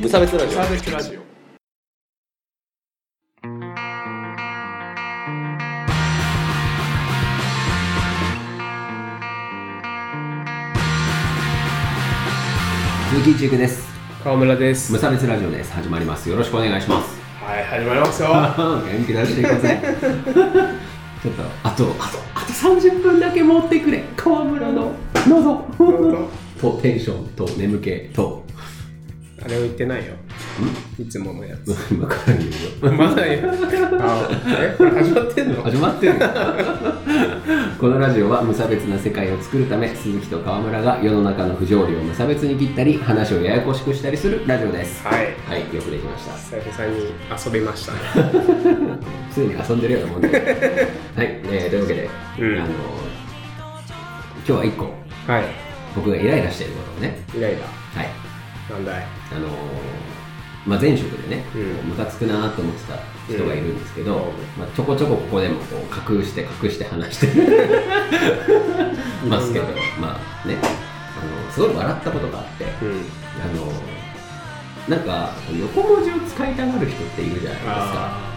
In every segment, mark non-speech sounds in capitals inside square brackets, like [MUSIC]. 無差別ラジオサーベスラジオ鈴木一育です川村です無差別ラジオです始まりますよろしくお願いします [LAUGHS] はい始まりますよ [LAUGHS] 元気出していこうぜ [LAUGHS] ちょっとあとあとあと30分だけ持ってくれ川村の喉 [LAUGHS] とテンションと眠気と [LAUGHS] あれを言ってないよいつものやつ今から言うよまだよあえこれ始まってんの始まってるよ [LAUGHS] このラジオは無差別な世界を作るため鈴木と川村が世の中の不条理を無差別に切ったり話をややこしくしたりするラジオですはいはいよくできました久々に遊びましたねすでに遊んでるようなもんで [LAUGHS] はい、えーというわけで、うんあの今日は1個はい僕がイライラしていることをねイライラはいなんだいあのまあ、前職でね、うんこうムカつくなーと思ってた人がいるんですけど、うんまあ、ちょこちょこここでもこう隠して隠して [LAUGHS] 話してますけどいろんなまあねあのすごい笑ったことがあってうんあのなんか横文字を使いたがる人っているじゃないですかあ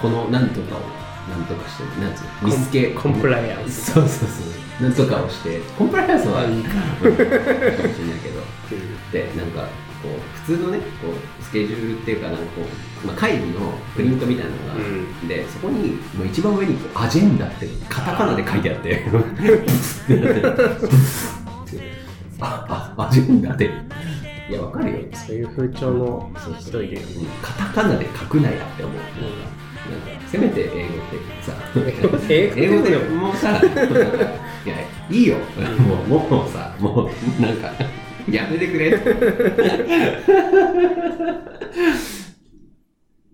このなんとかをなんとかしてなんつうの見つけコンコンプライアンスそうそうそうなんとかをしてコンプライアンスはいいかうんいいかもしれないーうけどんでなんかこう普通のねこうスケジュールっていうかなんかこう、まあ、会議のプリントみたいなのが、うんでそこにもう一番上にこう「 [LAUGHS] アジェンダ」ってカタカナで書いてあってブスってなってブスってああアジェンダでいやわかるよそういう風潮の人いるよねカタカナで書くなやって思うなんかなんかせめて英語ってさ英語英語でもうさなんかいやいいよもうもうさもうなんかやめてくれ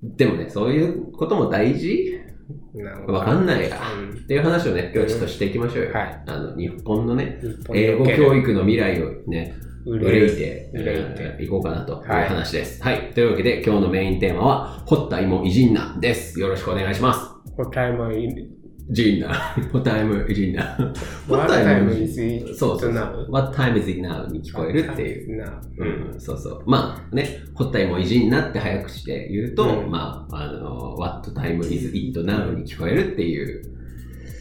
でもねそういうことも大事なるほどわかんないや、うんっていう話をね今日ちょっとしていきましょうよ、はいあの日本のね日本に英お語ける教育の未来をね憂いて、憂いてえー行こうかなという話です。はい、というわけで、今日のメインテーマは、ホッタイモイジンナです。よろしくお願いします。答えもいいジンナ。 [LAUGHS] ホッタイムイジン [LAUGHS] ナ。ホ What ッタイ time ム is it そうそうそ now？う。What time is it now? に聞こえるっていう。なうん、そうそう。まあね、ホッタイモイジンナって早口で言うと、うんまあ、あの、What time is it now? に聞こえるっていう。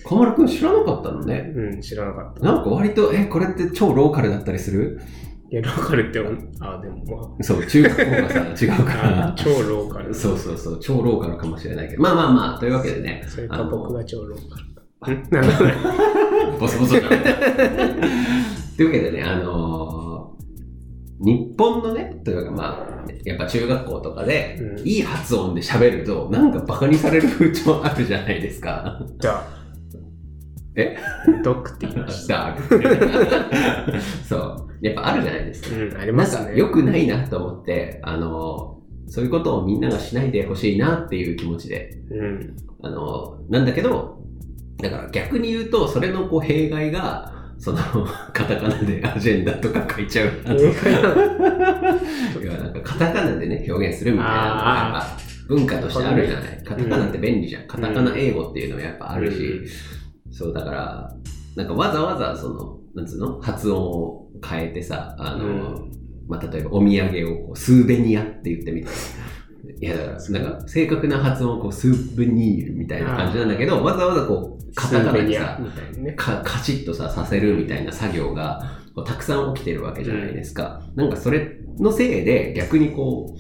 小丸くん知らなかったのね。うん知らなかったなんか割と、え、これって超ローカルだったりするいやローカルっておんあでもそう、中学校が [LAUGHS] さ、違うかまらああ。超ローカ [LAUGHS] ルそうそうそう、超ローカルかもしれないけど、まあまあまあ、というわけでね、それあかの僕が超ローカルんなんだこれボソボソじゃ [LAUGHS] ない。というわけでね、あのー日本のね、というかまあ、やっぱ中学校とかで、うんいい発音で喋ると、なんかバカにされる風潮あるじゃないですか。じゃあ [LAUGHS] えドックって言いましダーク [LAUGHS] そう、やっぱあるじゃないですかた。うんありなまんすかね良くないなと思って、あのーそういうことをみんながしないでほしいなっていう気持ちでうんあの、なんだけど、だから逆に言うと、それのこう弊害が、その、カタカナでアジェンダとか書いちゃう。英会話いやなんかカタカナでね、表現するみたいなのがあーやっぱ文化としてあるじゃない。カタカナって便利じゃん。カタカナ英語っていうのもやっぱあるし、そうだから、なんかわざわざその、なんつうの発音を変えてさ、あの、うんまあ、例えばお土産をこうスーベニアって言ってみたいやだからなんか正確な発音をこうスーベニールみたいな感じなんだけどわざわざこうカタカナでさみたいなねかカチッとささせるみたいな作業がこうたくさん起きてるわけじゃないですか、なんかそれのせいで逆にこ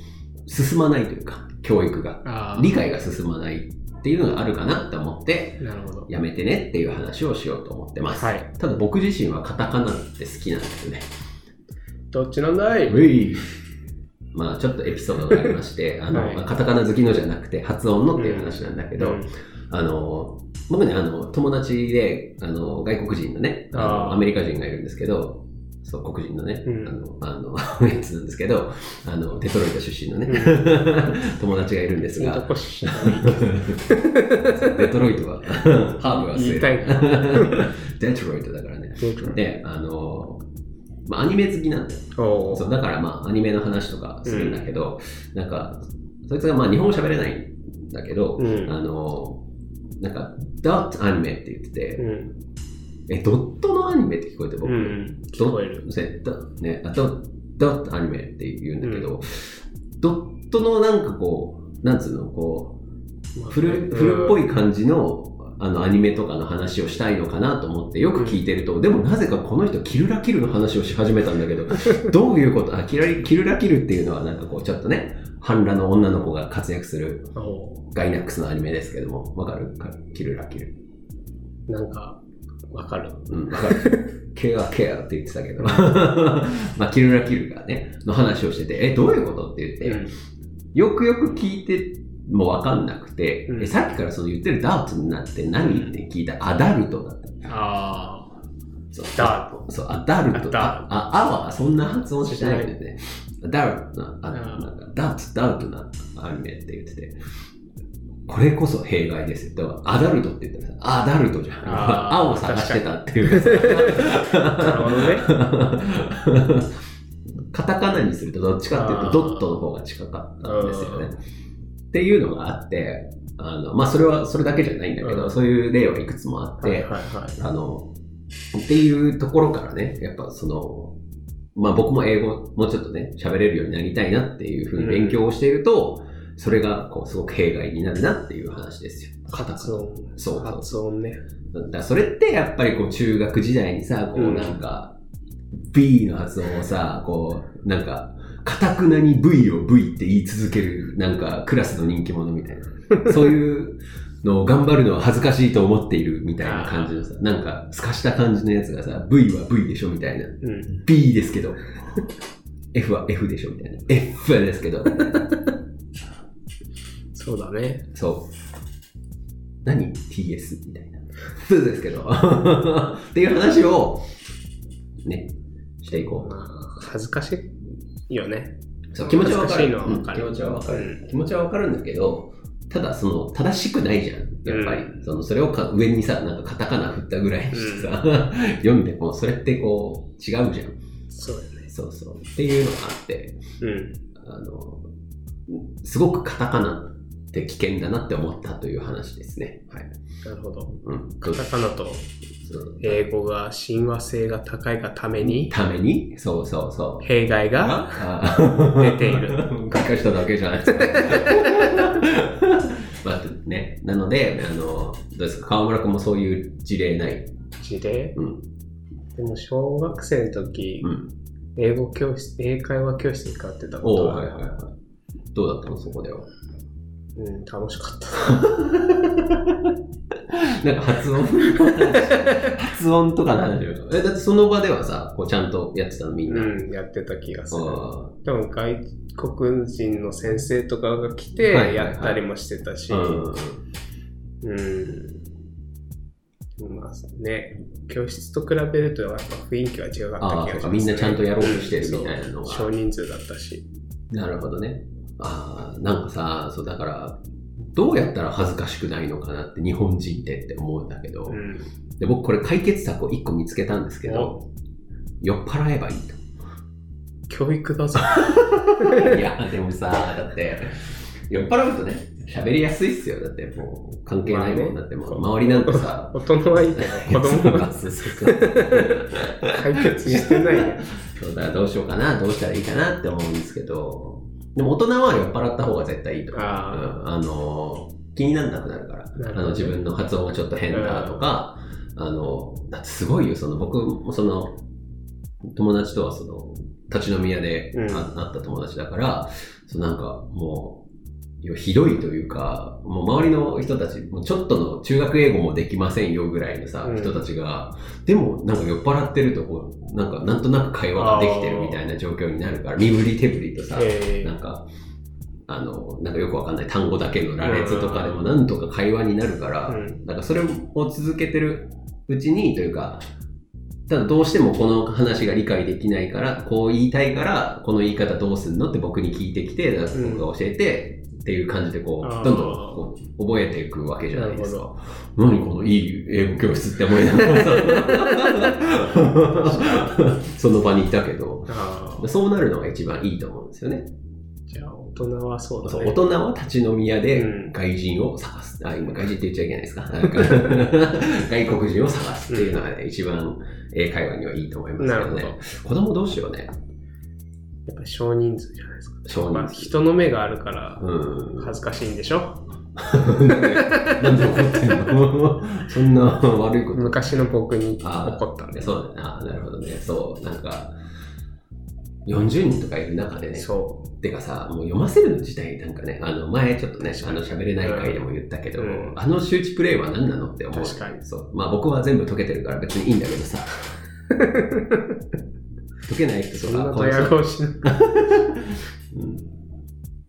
う進まないというか教育があ理解が進まないっていうのがあるかなって思ってなるほどやめてねっていう話をしようと思ってます、はいただ僕自身はカタカナって好きなんですよねどっちなんだいウェイまあちょっとエピソードがありまして、あのはいまあカタカナ好きのじゃなくて発音のっていう話なんだけうど、んあの僕ねあの友達であの外国人のねあのあーアメリカ人がいるんですけどそう黒人のね、うんあのあの [LAUGHS] やつなんですけどあのデトロイト出身のね、う [LAUGHS] 友達がいるんですいいとがこしデトロイトは [LAUGHS] ハーブが言いたいい [LAUGHS] デトロイトだからねデトロイトであの、まあ、アニメ好きなんだよおそーうだからまあアニメの話とかするんだけど、なんかそいつがまあ日本語喋れないんだけど、うんあのなんか「ダットアニメ」って言ってうて、んえドットのアニメって聞こえて僕、うんド聞こえるせだねあとダットアニメって言うんだけど、ドットのなんかこう、なんつうの、こう、古うん古っぽい感じの、あの、アニメとかの話をしたいのかなと思ってよく聞いてると、でもなぜかこの人、キルラキルの話をし始めたんだけど、 [LAUGHS] どういうことあキラリ、キルラキルっていうのはなんかこう、ちょっとね、半裸の女の子が活躍するおガイナックスのアニメですけども、わかるかキルラキル。なんか、わかる。うん、わかる。 [LAUGHS] ケアケアって言ってたけど、 [LAUGHS] まあ、キルラキルがね、の話をしてて、え、どういうことって言って、よくよく聞いてもわかんなくて、うんえさっきからその言ってるダーツになって何って聞いたらアダルトだった。あそうあ、ダート。そう、アダルト。アダあ、ああはそんな発音しないんだよね。ダウトな、あなんかダーツ、ダウトなアニメって言ってて。これこそ弊害ですよ。だから、アダルトって言ったらさ、アダルトじゃん。あー青を探してたっていうか [LAUGHS] なるほどね。さカタカナにするとどっちかっていうとあードットの方が近かったんですよね。っていうのがあって、あの、まあ、それは、それだけじゃないんだけうど、んそういう例はいくつもあって、はいはいはい。あの、っていうところからね、やっぱその、まあ僕も英語もうちょっとね、喋れるようになりたいなっていうふうに勉強をしていると、それがこうすごく弊害になるなっていう話ですよ。発音。そうそう発音ね。だからそれってやっぱりこう中学時代にさ、こううんなんか、B の発音をさ、こうなんか、かたくなに V を V って言い続ける、なんかクラスの人気者みたいな。そういうのを頑張るのは恥ずかしいと思っているみたいな感じのさ、なんか透かした感じのやつがさ、V は V でしょみたいな。うん。 B ですけど、F は F でしょみたいな。F はですけど、みたいなそうだね。そう。何 ?TS みたいな。そうですけど。 [LAUGHS] っていう話を、ね、していこまあ、恥ずかしいよね。う。そう気持ちはわか恥ずかしいる。のはわかるうん気持ちはわかうる。ん。気持ちはわかるんだけど、ただその、正しくないじゃん。やっぱり。うその、それをか上にさ、なんかカタカナ振ったぐらいにしてさ、 [LAUGHS] 読んでも、それってこう、違うじゃん。そうだね。そうそう。っていうのがあって、うん。あの、すごくカタカナって危険だなって思ったという話ですね。はい。なるほど。うん。カタカナとそう英語が親和性が高いがために、ために、そうそうそう。弊害があ出ている。 [LAUGHS] 書かしただけじゃないですか。 [LAUGHS] まあね、なので、あの、どうですか、川村君もそういう事例ない。事例。うん。でも、小学生の時う、ん。英語教室、英会話教室に通ってたこおとおははいはいはい。どうだったの、そこでは。うん、楽しかった。なんか発音 [LAUGHS] 発音とかの話を [LAUGHS] え、だってその場ではさ、こうちゃんとやってたの、みんな。うん、やってた気がする。あでも外国人の先生とかが来てはいはいはいやったりもしてたし、ーうん。うん。まあね、教室と比べるとやっぱ雰囲気は違かったあ気がしーそうます、か、ね。みんなちゃんとやろうとしてるみたういなんのは。そう少人数だったし。なるほどね。ああ、なんかさ、そうだから、どうやったら恥ずかしくないのかなって日本人ってって思うんだけど、うん。で僕これ解決策を1個見つけたんですけど、酔っ払えばいい [LAUGHS] と。教育だぞ。 [LAUGHS] いや、でもさ、だって、酔っ払うとね、喋りやすいっすよ。だってもう関係ないもんだってもう周りなんかさ、大人はいいけど、 [LAUGHS] 子供はそう [LAUGHS] そうそう解決してないね。そうだからどうしようかな、どうしたらいいかなって思うんですけど、でも大人は酔っ払った方が絶対いいと思う。あー [LAUGHS] うんあの気にならなくなるから、なるほどあの自分の発音がちょっと変だとか、あのだってすごいよ、その僕もその友達とはその立ち飲み屋でうんあ会った友達だから、そうなんかもう、いやひどいというか、もう周りの人たち、もうちょっとの中学英語もできませんよぐらいのさ、うん人たちが、でも、なんか酔っ払ってると、こう、なんか、なんとなく会話ができてるみたいな状況になるから、身振り手振りとさ、えなんか、あの、なんかよくわかんない単語だけの羅う列んとかでも、なんとか会話になるから、ーうん。なんかそれを続けてるうちに、というか、ただどうしてもこの話が理解できないから、こう言いたいから、この言い方どうすんのって僕に聞いてきて、ん僕が教えて、っていう感じでこあーう、どんどんこう覚えていくわけじゃないですなか。何このいい英語教室って思いながらさその場にいたけど、ああ。そうなるのが一番いいと思うんですよね。じゃあ大人はそうだそうね。大人は立ち飲み屋でうん外人を探す。あ、今外人って言っちゃいけない [LAUGHS] ですか。なんか [LAUGHS] 外国人を探すっていうのがね、一番英会話にはいいと思いますけどなるね。子供どうしようね。やっぱ少人数じゃないですか。少まあ、人数。人の目があるから [LAUGHS] うん。恥ずかしいんでしょなんで怒ってんのそんな悪いこと。昔の僕にあ怒ったんですそうだな。なるほどね。そう。なんか、40人とかいる中でね。そてかさ、もう読ませるの自体なんかね、あの前ちょっとね、あの喋れない回でも言ったけど、うんあの周知プレイは何なのって思う。確かにそう。まあ僕は全部解けてるから別にいいんだけ [LAUGHS] どさ。解けない人うとそんかなかドわいヤそう、顔しなうん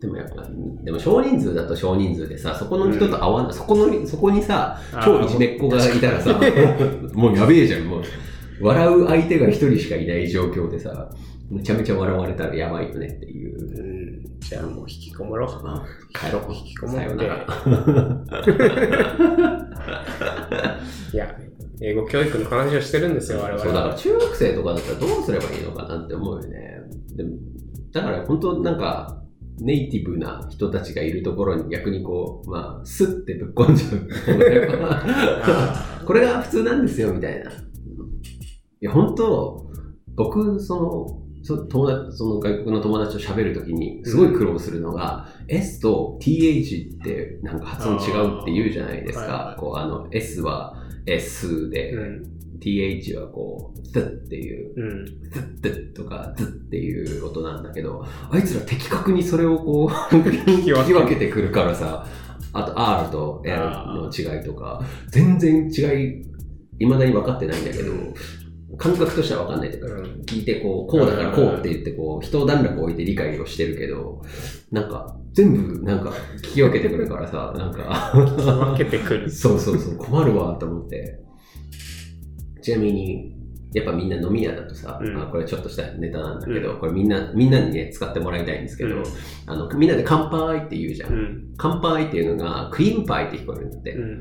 でもやっぱ、でも少人数だと少人数でさ、そこの人と会わない、そこの、そこにさ、超いじめっ子がいた [LAUGHS] らさ、もうやべえじゃん、もう。笑う相手が一人しかいない状況でさ、めちゃめちゃ笑われたらやばいよねっていう。うんじゃあもう引きこもろうまあ帰ろう。引きこもさっよなてら。いや英語教育の話をしてるんですよ我々そうだかはら中学生とかだったらどうすればいいのかなって思うよね。でもだから本当なんか、ネイティブな人たちがいるところに逆にこう、まあ、スッてぶっこんじゃう。これが普通なんですよ、みたいな。いや、本当僕、その、そ友達その外国の友達と喋るときに、すごい苦労するのが、S と TH ってなんか発音違うって言うじゃないですあーはいはかい。こう、あの、S は S で、うん、 TH はこう、ズッっていう、うん、ズッズッとか、ズッっていう音なんだけど、あいつら的確にそれをこう、聞きき分け分けてくるからさ、あと R と L の違いとか、全然違い、未だに分かってないんだけど、感覚としては分かんないというか、うん聞いてこう、こうだからこうって言ってこう、人を段落置いて理解をしてるけど、なんか、全部なんか聞き分けてくるからさ、なんか、 [LAUGHS] 分けてくるそうそうそう、困るわと思って。ちなみに、やっぱみんな飲み屋だとさ、うんあこれちょっとしたネタなんだけど、うんこれみんな、みんなにね、使ってもらいたいんですけど、うんあの、みんなで乾杯って言うじゃ。うんん乾杯っていうのが、クリームパイって聞こえるんだって。うん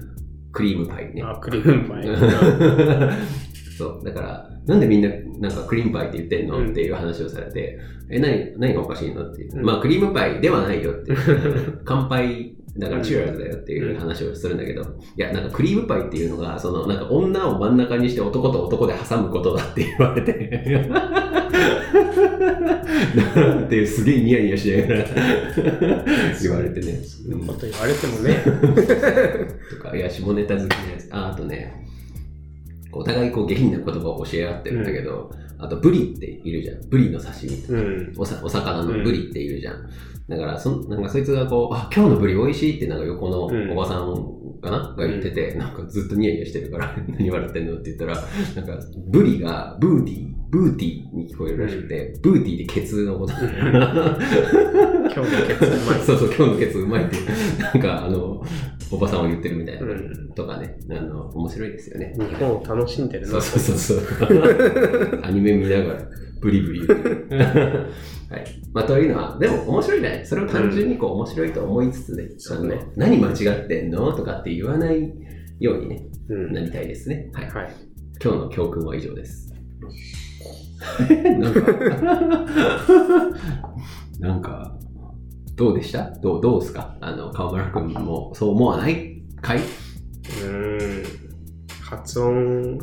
クリームパイね。あクリームパイ [LAUGHS] そう、だから、なんでみんな、なんかクリームパイって言ってんの、うんっていう話をされて、え、何、何がおかしいのって言って、うんまあクリームパイではないよって、 [LAUGHS] 乾杯、だからチューラーズだよっていう話をするんだけど、いや、なんかクリームパイっていうのが、その、なんか女を真ん中にして男と男で挟むことだって言われて、 [LAUGHS] なんていうすげえニヤニヤしながら [LAUGHS] 言われてね。そんなこと言われてもねとか、いや、下ネタ好きなやつ。あ、あとね、こうお互いこう下品な言葉を教え合ってるんだけど、あと、ブリっているじゃん。ブリの刺身。うんおさお魚のブリっているじゃん。だからそ、なんかそいつがこう、あ、今日のブリ美味しいってなんか横のうんおばさんかな、が言ってて、なんかずっとニヤニヤしてるから、 [LAUGHS] 何笑ってんのって言ったら、なんか、ブリがブーティー、ブーティーに聞こえるらしくて、ブーティーってケツのこと。 [LAUGHS] 今日のケツうまいそうそう、今日のケツうまいって、なんかあの、おばさんは言ってるみたいな。うんとかね、あの、面白いですよね。日本を楽しんでるそなうそうそう [LAUGHS] そう。アニメ見ながら、ブリブリ言ってる。はい。まあ、というのは、でも面白いね。それを単純にこう面白いと思いつつね、そうあのね何間違ってんのとかって言わないようにね、うんなりたいですね。はい。はい今日の教訓は以上 [LAUGHS] です。なんか、なんか、どうでしたどう、どうですかあの、河村君もそう思わないかいうーん発音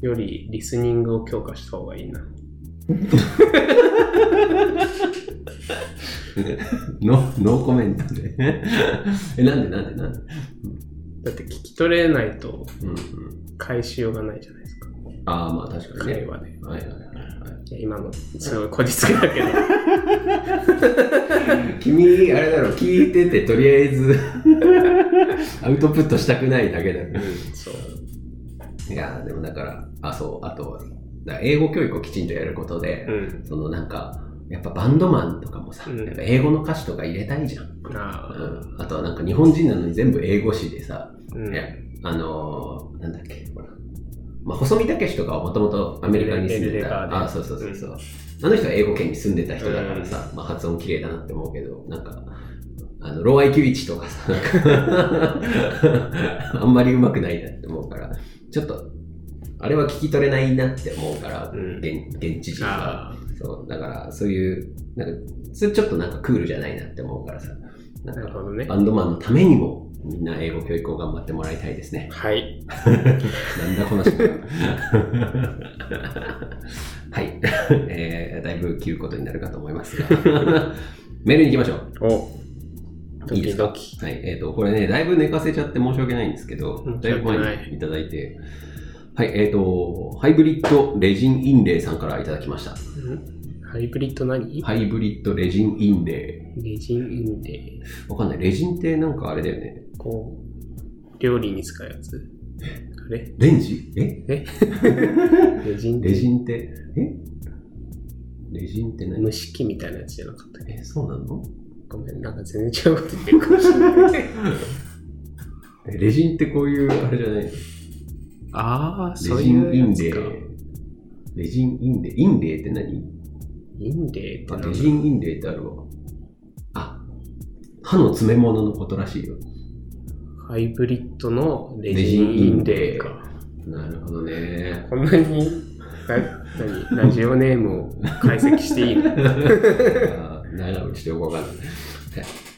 よりリスニングを強化した方がいいな。ノ [LAUGHS] ノーコメントで。 [LAUGHS] え、なんでなんでなんで、だって聞き取れないとうんうん、返しようがないじゃないですか。ああ、まあ確かに会話ね。で。はいはいはいや今の、すごいこじつけだけど。い、君、あれだろ、聞いてて、とりあえず、 [LAUGHS] アウトプットしたくないだけだろ。そう。いやー、でもだから、あ、そう、あと、だから英語教育をきちんとやることで、うん。そのなんか、やっぱバンドマンとかもさ、うんやっぱ英語の歌詞とか入れたいじゃん。うああ。ん、あとはなんか日本人なのに全部英語詞でさ、うんいや、あのーなんだっけ、ほら。まあ、細見武士とかはもともとアメリカに住んでエルレガた。ーであ、そうそうそうそう、あの人は英語圏に住んでた人だからさ、まあ、発音綺麗だなって思うけど、なんか、あの、ロー IQ1 とかさ、なんか [LAUGHS] あんまり上手くないなって思うから、ちょっと、あれは聞き取れないなって思うから、うん現現地人は。あそう、だから、そういう、なんか、それちょっとなんかクールじゃないなって思うからさ、あ。なんなるか、ほどねバ。ンドマンのためにも、みんな英語教育を頑張ってもらいたいですね。はい。なんだ [LAUGHS] この人は。はい、 [LAUGHS] えー。だいぶ切ることになるかと思いますが。 [LAUGHS] メールに行きましょう。お、いいですかドキはい。えっ、と、これね、だいぶ寝かせちゃって申し訳ないんですけどうん、だい申しぶ訳前なにいただいて、はい、えっ、と、ハイブリッドレジンインレイさんからいただきました。んハイブリッド何、ハイブリッドレジンインレレジンインで、イ。わかんない。レジンってなんかあれだよね。こう、料理に使うやつ。あれレンジえレジンってレジンって、えレジンって何蒸し器みたいなやつじゃなかったっけえ、そうなのごめん、なんか全然違うこと言ってるかもしれない。えレジンってこういう、あれじゃないレああ、ジそうンいイうンやつレイか。。レジンインレイ。インレイって何インレイってあなんだレジンインレイってあるわ。あ、歯の詰め物のことらしいよ。ハイブリッドのレジンインレイか。なるほどね。こんなに、な何ラジオネームを解析してい [LAUGHS] いのあーなんかうちょっとよくわかんない。はい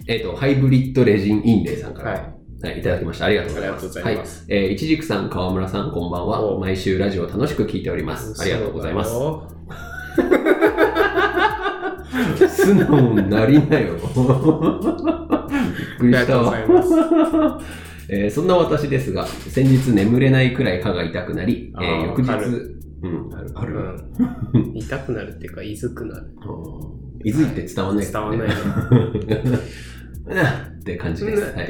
えっ、と、ハイブリッドレジンインレイさんから、ははいい。い、いただきました。ありがとうございまありがす。とうございますはい。えー、いちじくさん、川村さん、こんばんは。お毎週ラジオ楽しく聞いております。ありがとうございます。す。素直になり [LAUGHS] なよ。びっくりしたわありがとうござ。えーそんな私ですが、先日眠れないくらい歯が痛くなり、えーあー翌日わかる、うん、ある、ある。うん。痛くなるっていうか、いずくなる。いづいて伝わんない、伝わんない。ね。ね。うな [LAUGHS] って感じです。はうんっ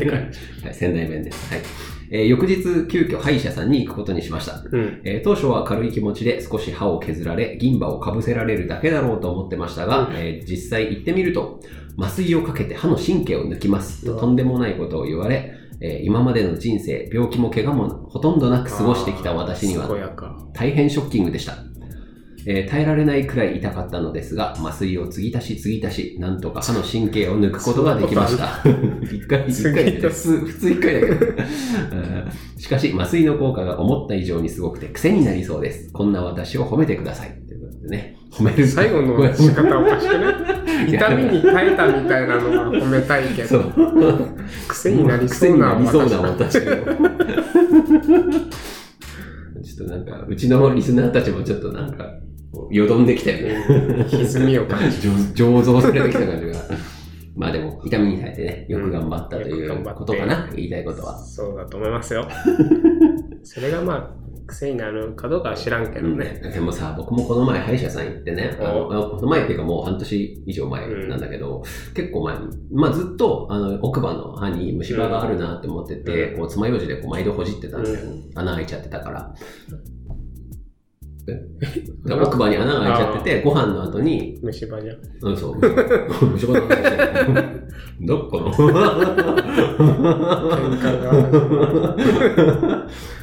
て感い。 [LAUGHS] はい、仙台弁です。はい。えー翌日、急遽歯医者さんに行くことにしました。うん。えー当初は軽い気持ちで少し歯を削られ、銀歯をかぶせられるだけだろうと思ってましたが、うんえー実際行ってみると、麻酔をかけて歯の神経を抜きますうとわとんでもないことを言われ、えー今までの人生、病気も怪我もほとんどなく過ごしてきた私には健やか。大変ショッキングでした、えー耐えられないくらい痛かったのですが麻酔を継ぎ足し継ぎ足しなんとか歯の神経を抜くことができました [LAUGHS] 一回一継回ぎ足で普通普通一回だけどうんしかし麻酔の効果が思った以上にすごくて癖になりそうですこんな私を褒めてくださいということでね褒める最後の仕方おかしくない痛みに耐えたみたいなのが褒めたいけそど、う癖になりそうな癖になりそうな私私 [LAUGHS] をちょっとなんかうちのリスナーたちもちょっとなんかよどんできたよねうん歪みを感じる。 [LAUGHS] 醸醸造されてきた感じが。まあでも、痛みに耐えてね、よく頑張ったというんよく頑張うってことかな、言いたいことは。そうだと思います [LAUGHS] よ。それがまあ、癖になるかどうかは知らんけどね。でもさ、僕もこの前歯医者さん行ってね、あのおあこの前っていうかもう半年以上前なんだけど、結構前に、まあずっとあの奥歯の歯に虫歯があるなって思ってて、うんこう爪楊枝でこう毎度ほじってたんだよ、う穴開いちゃってたから。えだから奥歯に穴が開いちゃってて、ご飯の後に虫歯じゃん。うん、そう。無職の話してる。どっかの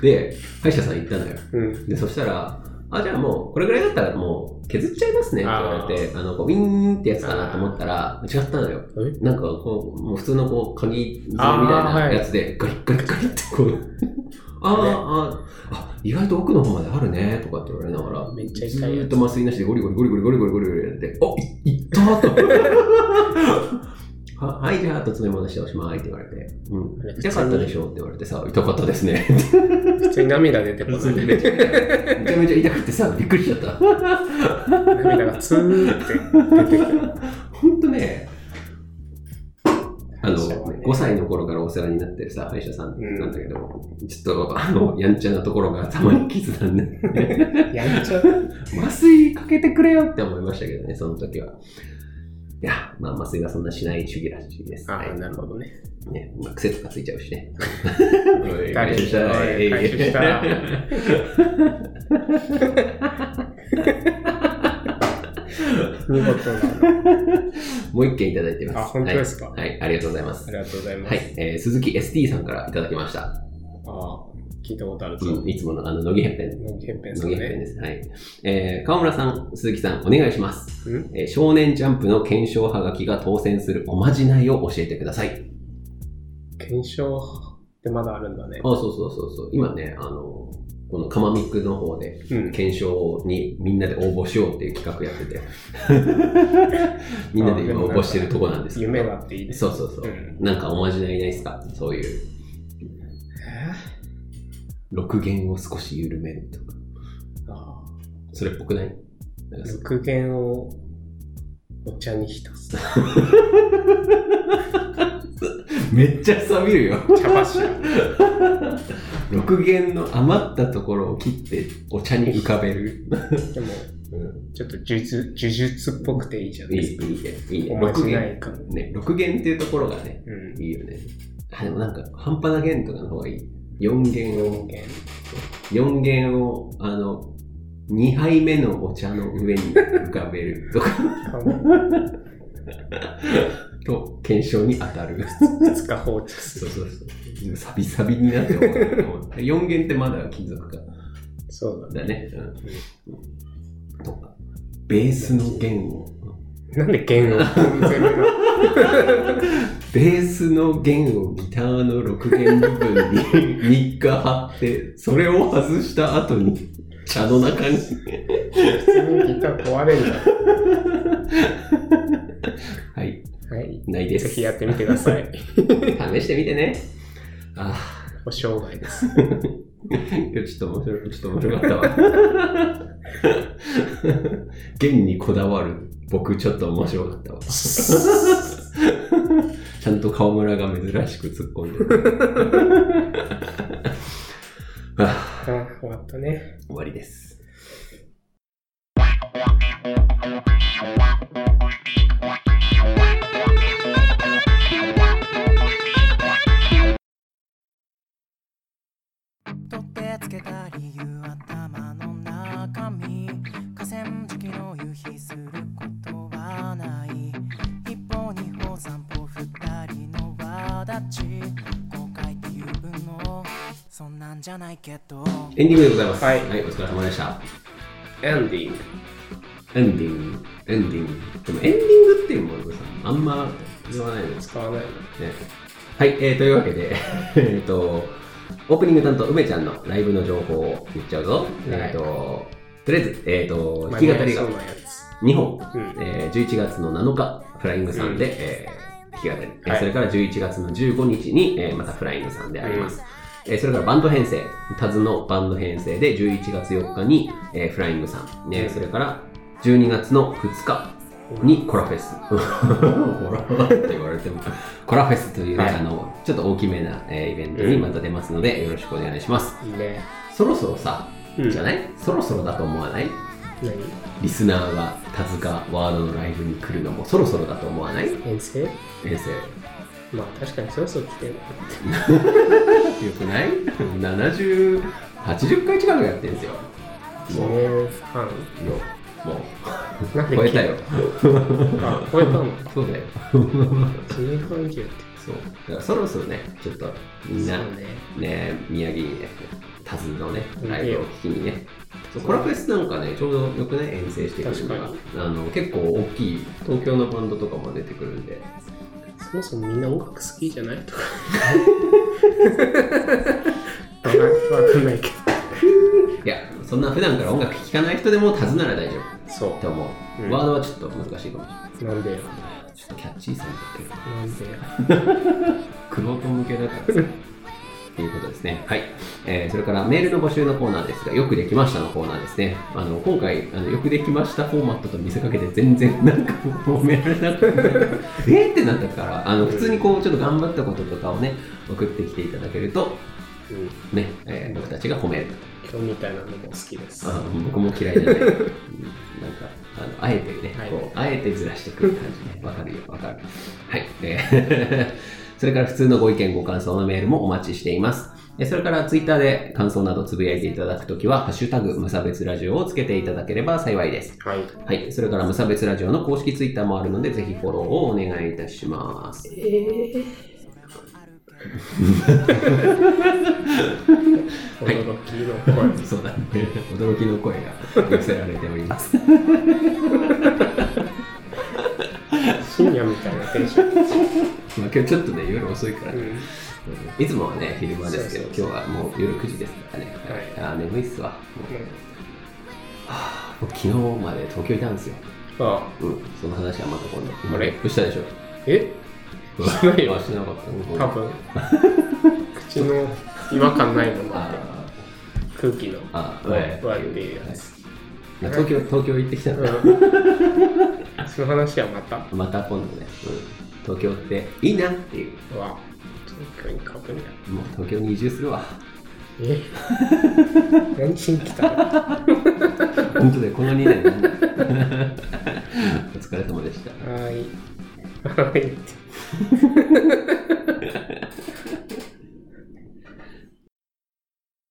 で、歯医者さん行ったのよ。うん。で、そしたら、あ、じゃあもう、これぐらいだったらもう、削っちゃいますねって言われて、あの、こう、ウィーンってやつかなと思ったら、違ったのよ。えなんか、こう、もう普通のこう、鍵爪みたいあーなはいやつで、ガリッガリッガリってこう、あー、あー、あ、意外と奥の方まであるね、とかって言われながら、めっちゃず痛いやーっつと麻酔なしでゴリゴリゴリゴリゴリゴリゴリゴリやって、おい、いったーと。ははい、じゃあ、と爪も出しておしまいって言われて、うん。痛かったでしょって言われてさ、痛かったですね。普通に涙出てこめない。ちゃめちゃ痛くてさ、びっくりしちゃった。涙がツーって出てく [LAUGHS] る。ほんとね、あの、歯医者はね5歳の頃からお世話になってるさ、歯医者さんなんだけど、ちょっと、あの、やんちゃなところがたまに傷なんで、やっちゃう。麻酔かけてくれよって思いましたけどね、その時は。いや、まあ麻酔はそんなしない主義らしいです。あはあ、いなるほどね。ね、まあ、癖とかついちゃう [LAUGHS] しね。 [LAUGHS] お誰い回収したおい回収した [LAUGHS] 見事な。 [LAUGHS] もう一件いただいてます。あ本当ですかはい、はいありがとうございますあり。がとうございます。はい、えー鈴木 ST さんからいただきました。ああ、聞いたことあるぞ。うん、いつものあの、乃木編編。ノギヘッペンさん乃木編ね。です。はい。えー、河村さん、鈴木さん、お願いします。うんえー少年ジャンプの検証はがきが当選するおまじないを教えてください。検証ってまだあるんだねあ、。そうそうそうそう。今ね、あの、このカマミックの方で、うん。検証にみんなで応募しようっていう企画やって [LAUGHS] て、みんなで今応募してるとこなんですけど。夢があっていいです。そうそうそう。ん。なんかおまじないないですかそういう、え6弦を少し緩めるとか。ーあそれっぽくないなんかーそ復元をお茶に浸す。めっちゃ錆びるよ。茶柱。 6弦の余ったところを切ってお茶に浮かべる。でも、 [LAUGHS] うんちょっと呪術、呪術っぽくていいじゃないいい、ですか。いいね。いいおね。まじな6弦。い感。ね、6弦っていうところがね、うん。いいよね。あ、でもなんか、半端な弦とかの方がいい。4弦を音源。 4弦を、あの、2杯目のお茶の上に浮かべるとか [LAUGHS] と、検証に当たる。二日放置すそうる。そうそう。サビサビになっても4弦ってまだ金属か。そうだね。だね。うん。とか、ベースの弦を、なんで弦を全部のベースの弦をギターの6弦部分に [LAUGHS] 3日貼って、それを外した後に、茶の中に普通にギター壊れるんだ。はい、はい。ないです。ぜひやってみてください。試してみてね。あお障害です。あ、今日ちょっと面白い、ちょっと面白かったわ。弦にこだわる僕、ちょっと面白かったわ。ちゃんと顔村が珍しく突っ込んでる。ああ、終わったね。あ終わりです。取ってつけた理由頭の中身河川敷の夕日することはない一歩二歩三歩二人の輪立ち後悔っていう分のそんなんじゃないけどエンディングでございます。はいお疲れ様でした。エンディング。エンディング、エンディング。でもエンディングっていうものさ、あんま言わないの使わないの。ねはい、えー、というわけで、えっと、オープニング担当、梅ちゃんのライブの情報を言っちゃうぞ。えっと、とりあえず、えっと、弾き語りがそうなやつ。 2本、うん。えー、11月の7日、フライングさんで、うんえー弾き語り、えーはいそれから11月の15日に、えーまたフライングさんであります。えーそれからバンド編成、タズのバンド編成で11月4日に、えーフライングさん、ねうんそれから12月の2日にコラフェス。コラフって言われても。コラフェスという、ねはいあの、ちょっと大きめな、えーイベントにまた出ますので、よろしくお願いします。いいね。そろそろさ、うんじゃいないそろそろだと思わない何リスナーが田塚ワードのライブに来るのもそろそろだと思わない遠征遠征まあ確かにそろそろ来てる。よくない ?70、80回近くやってんすよ。 1もう、よ年半。もなんう、で [LAUGHS] 超えたよ。あ、超えたの。そうだよ。 1年半以上やってそう。だからそろそろね、ちょっとみる。んな、そうね。ね、宮城にね、タズのね、うんライブを聞きにね。そうコラフェスなんかね、ちょうどよくね、遠征してくるのが確、あの、結構大きい、東京のバンドとかも出てくるんで、そもそもみんな音楽好きじゃないとか。わかんわかんないけいや、そんな普段から音楽聴かない人でもタズなら大丈夫。ど。そと思う、うん。ワードはちょっと難しいかもしれないなうんでよ。ちょっとキャッチーさに欠けるなんでよ。クロート向けだからさっていうことですね。はい。えーそれからメールの募集のコーナーですが、よくできましたのコーナーですね。あの、今回、あのよくできましたフォーマットと見せかけて全然なんかもうメールなくて、 [LAUGHS] えーってなったから、あの、普通にこう、ちょっと頑張ったこととかをね、送ってきていただけると、うんね、えー僕たちが褒めると。今日みたいなのも好きです。あ僕も [LAUGHS] 嫌いじゃない。うんなんか、あの、あえてね、はいこう、あえてずらしてくる感じね。わかるよ、わかる。はい。えー [LAUGHS] それから普通のご意見、ご感想のメールもお待ちしています。えそれからツイッターで感想などつぶやいていただくときは、ハッシュタグ無差別ラジオをつけていただければ幸いです。はい。はい。それから無差別ラジオの公式ツイッターもあるので、ぜひフォローをお願いいたします。驚きの声。そうだね。驚きの声が寄せられております。 [LAUGHS] 深夜みたいなテンション。まあ今日ちょっとね、夜遅いからう、んうんいつもはね、昼間ですけど、今日はもう夜9時ですからね。あー眠いっすわ。 [LAUGHS] もうはあもう昨日まで東京いたんですよ。あうん、その話はまた今度。今あれアップしたでしょ。えしてないよあしてなかった。うん多 [LAUGHS] 分口の違和感ないもんなあ空気のーあー、はい不安定やつはい東京、東京行ってきたの、うんその話はまたまた今度ね、うん、東京っていいなっていう。は東京にかぶるやもう東京に移住するわ。え [LAUGHS] 何しに来たの本当で、この2 [LAUGHS] 年なんだ。 [LAUGHS] お疲れ様でした。はいはい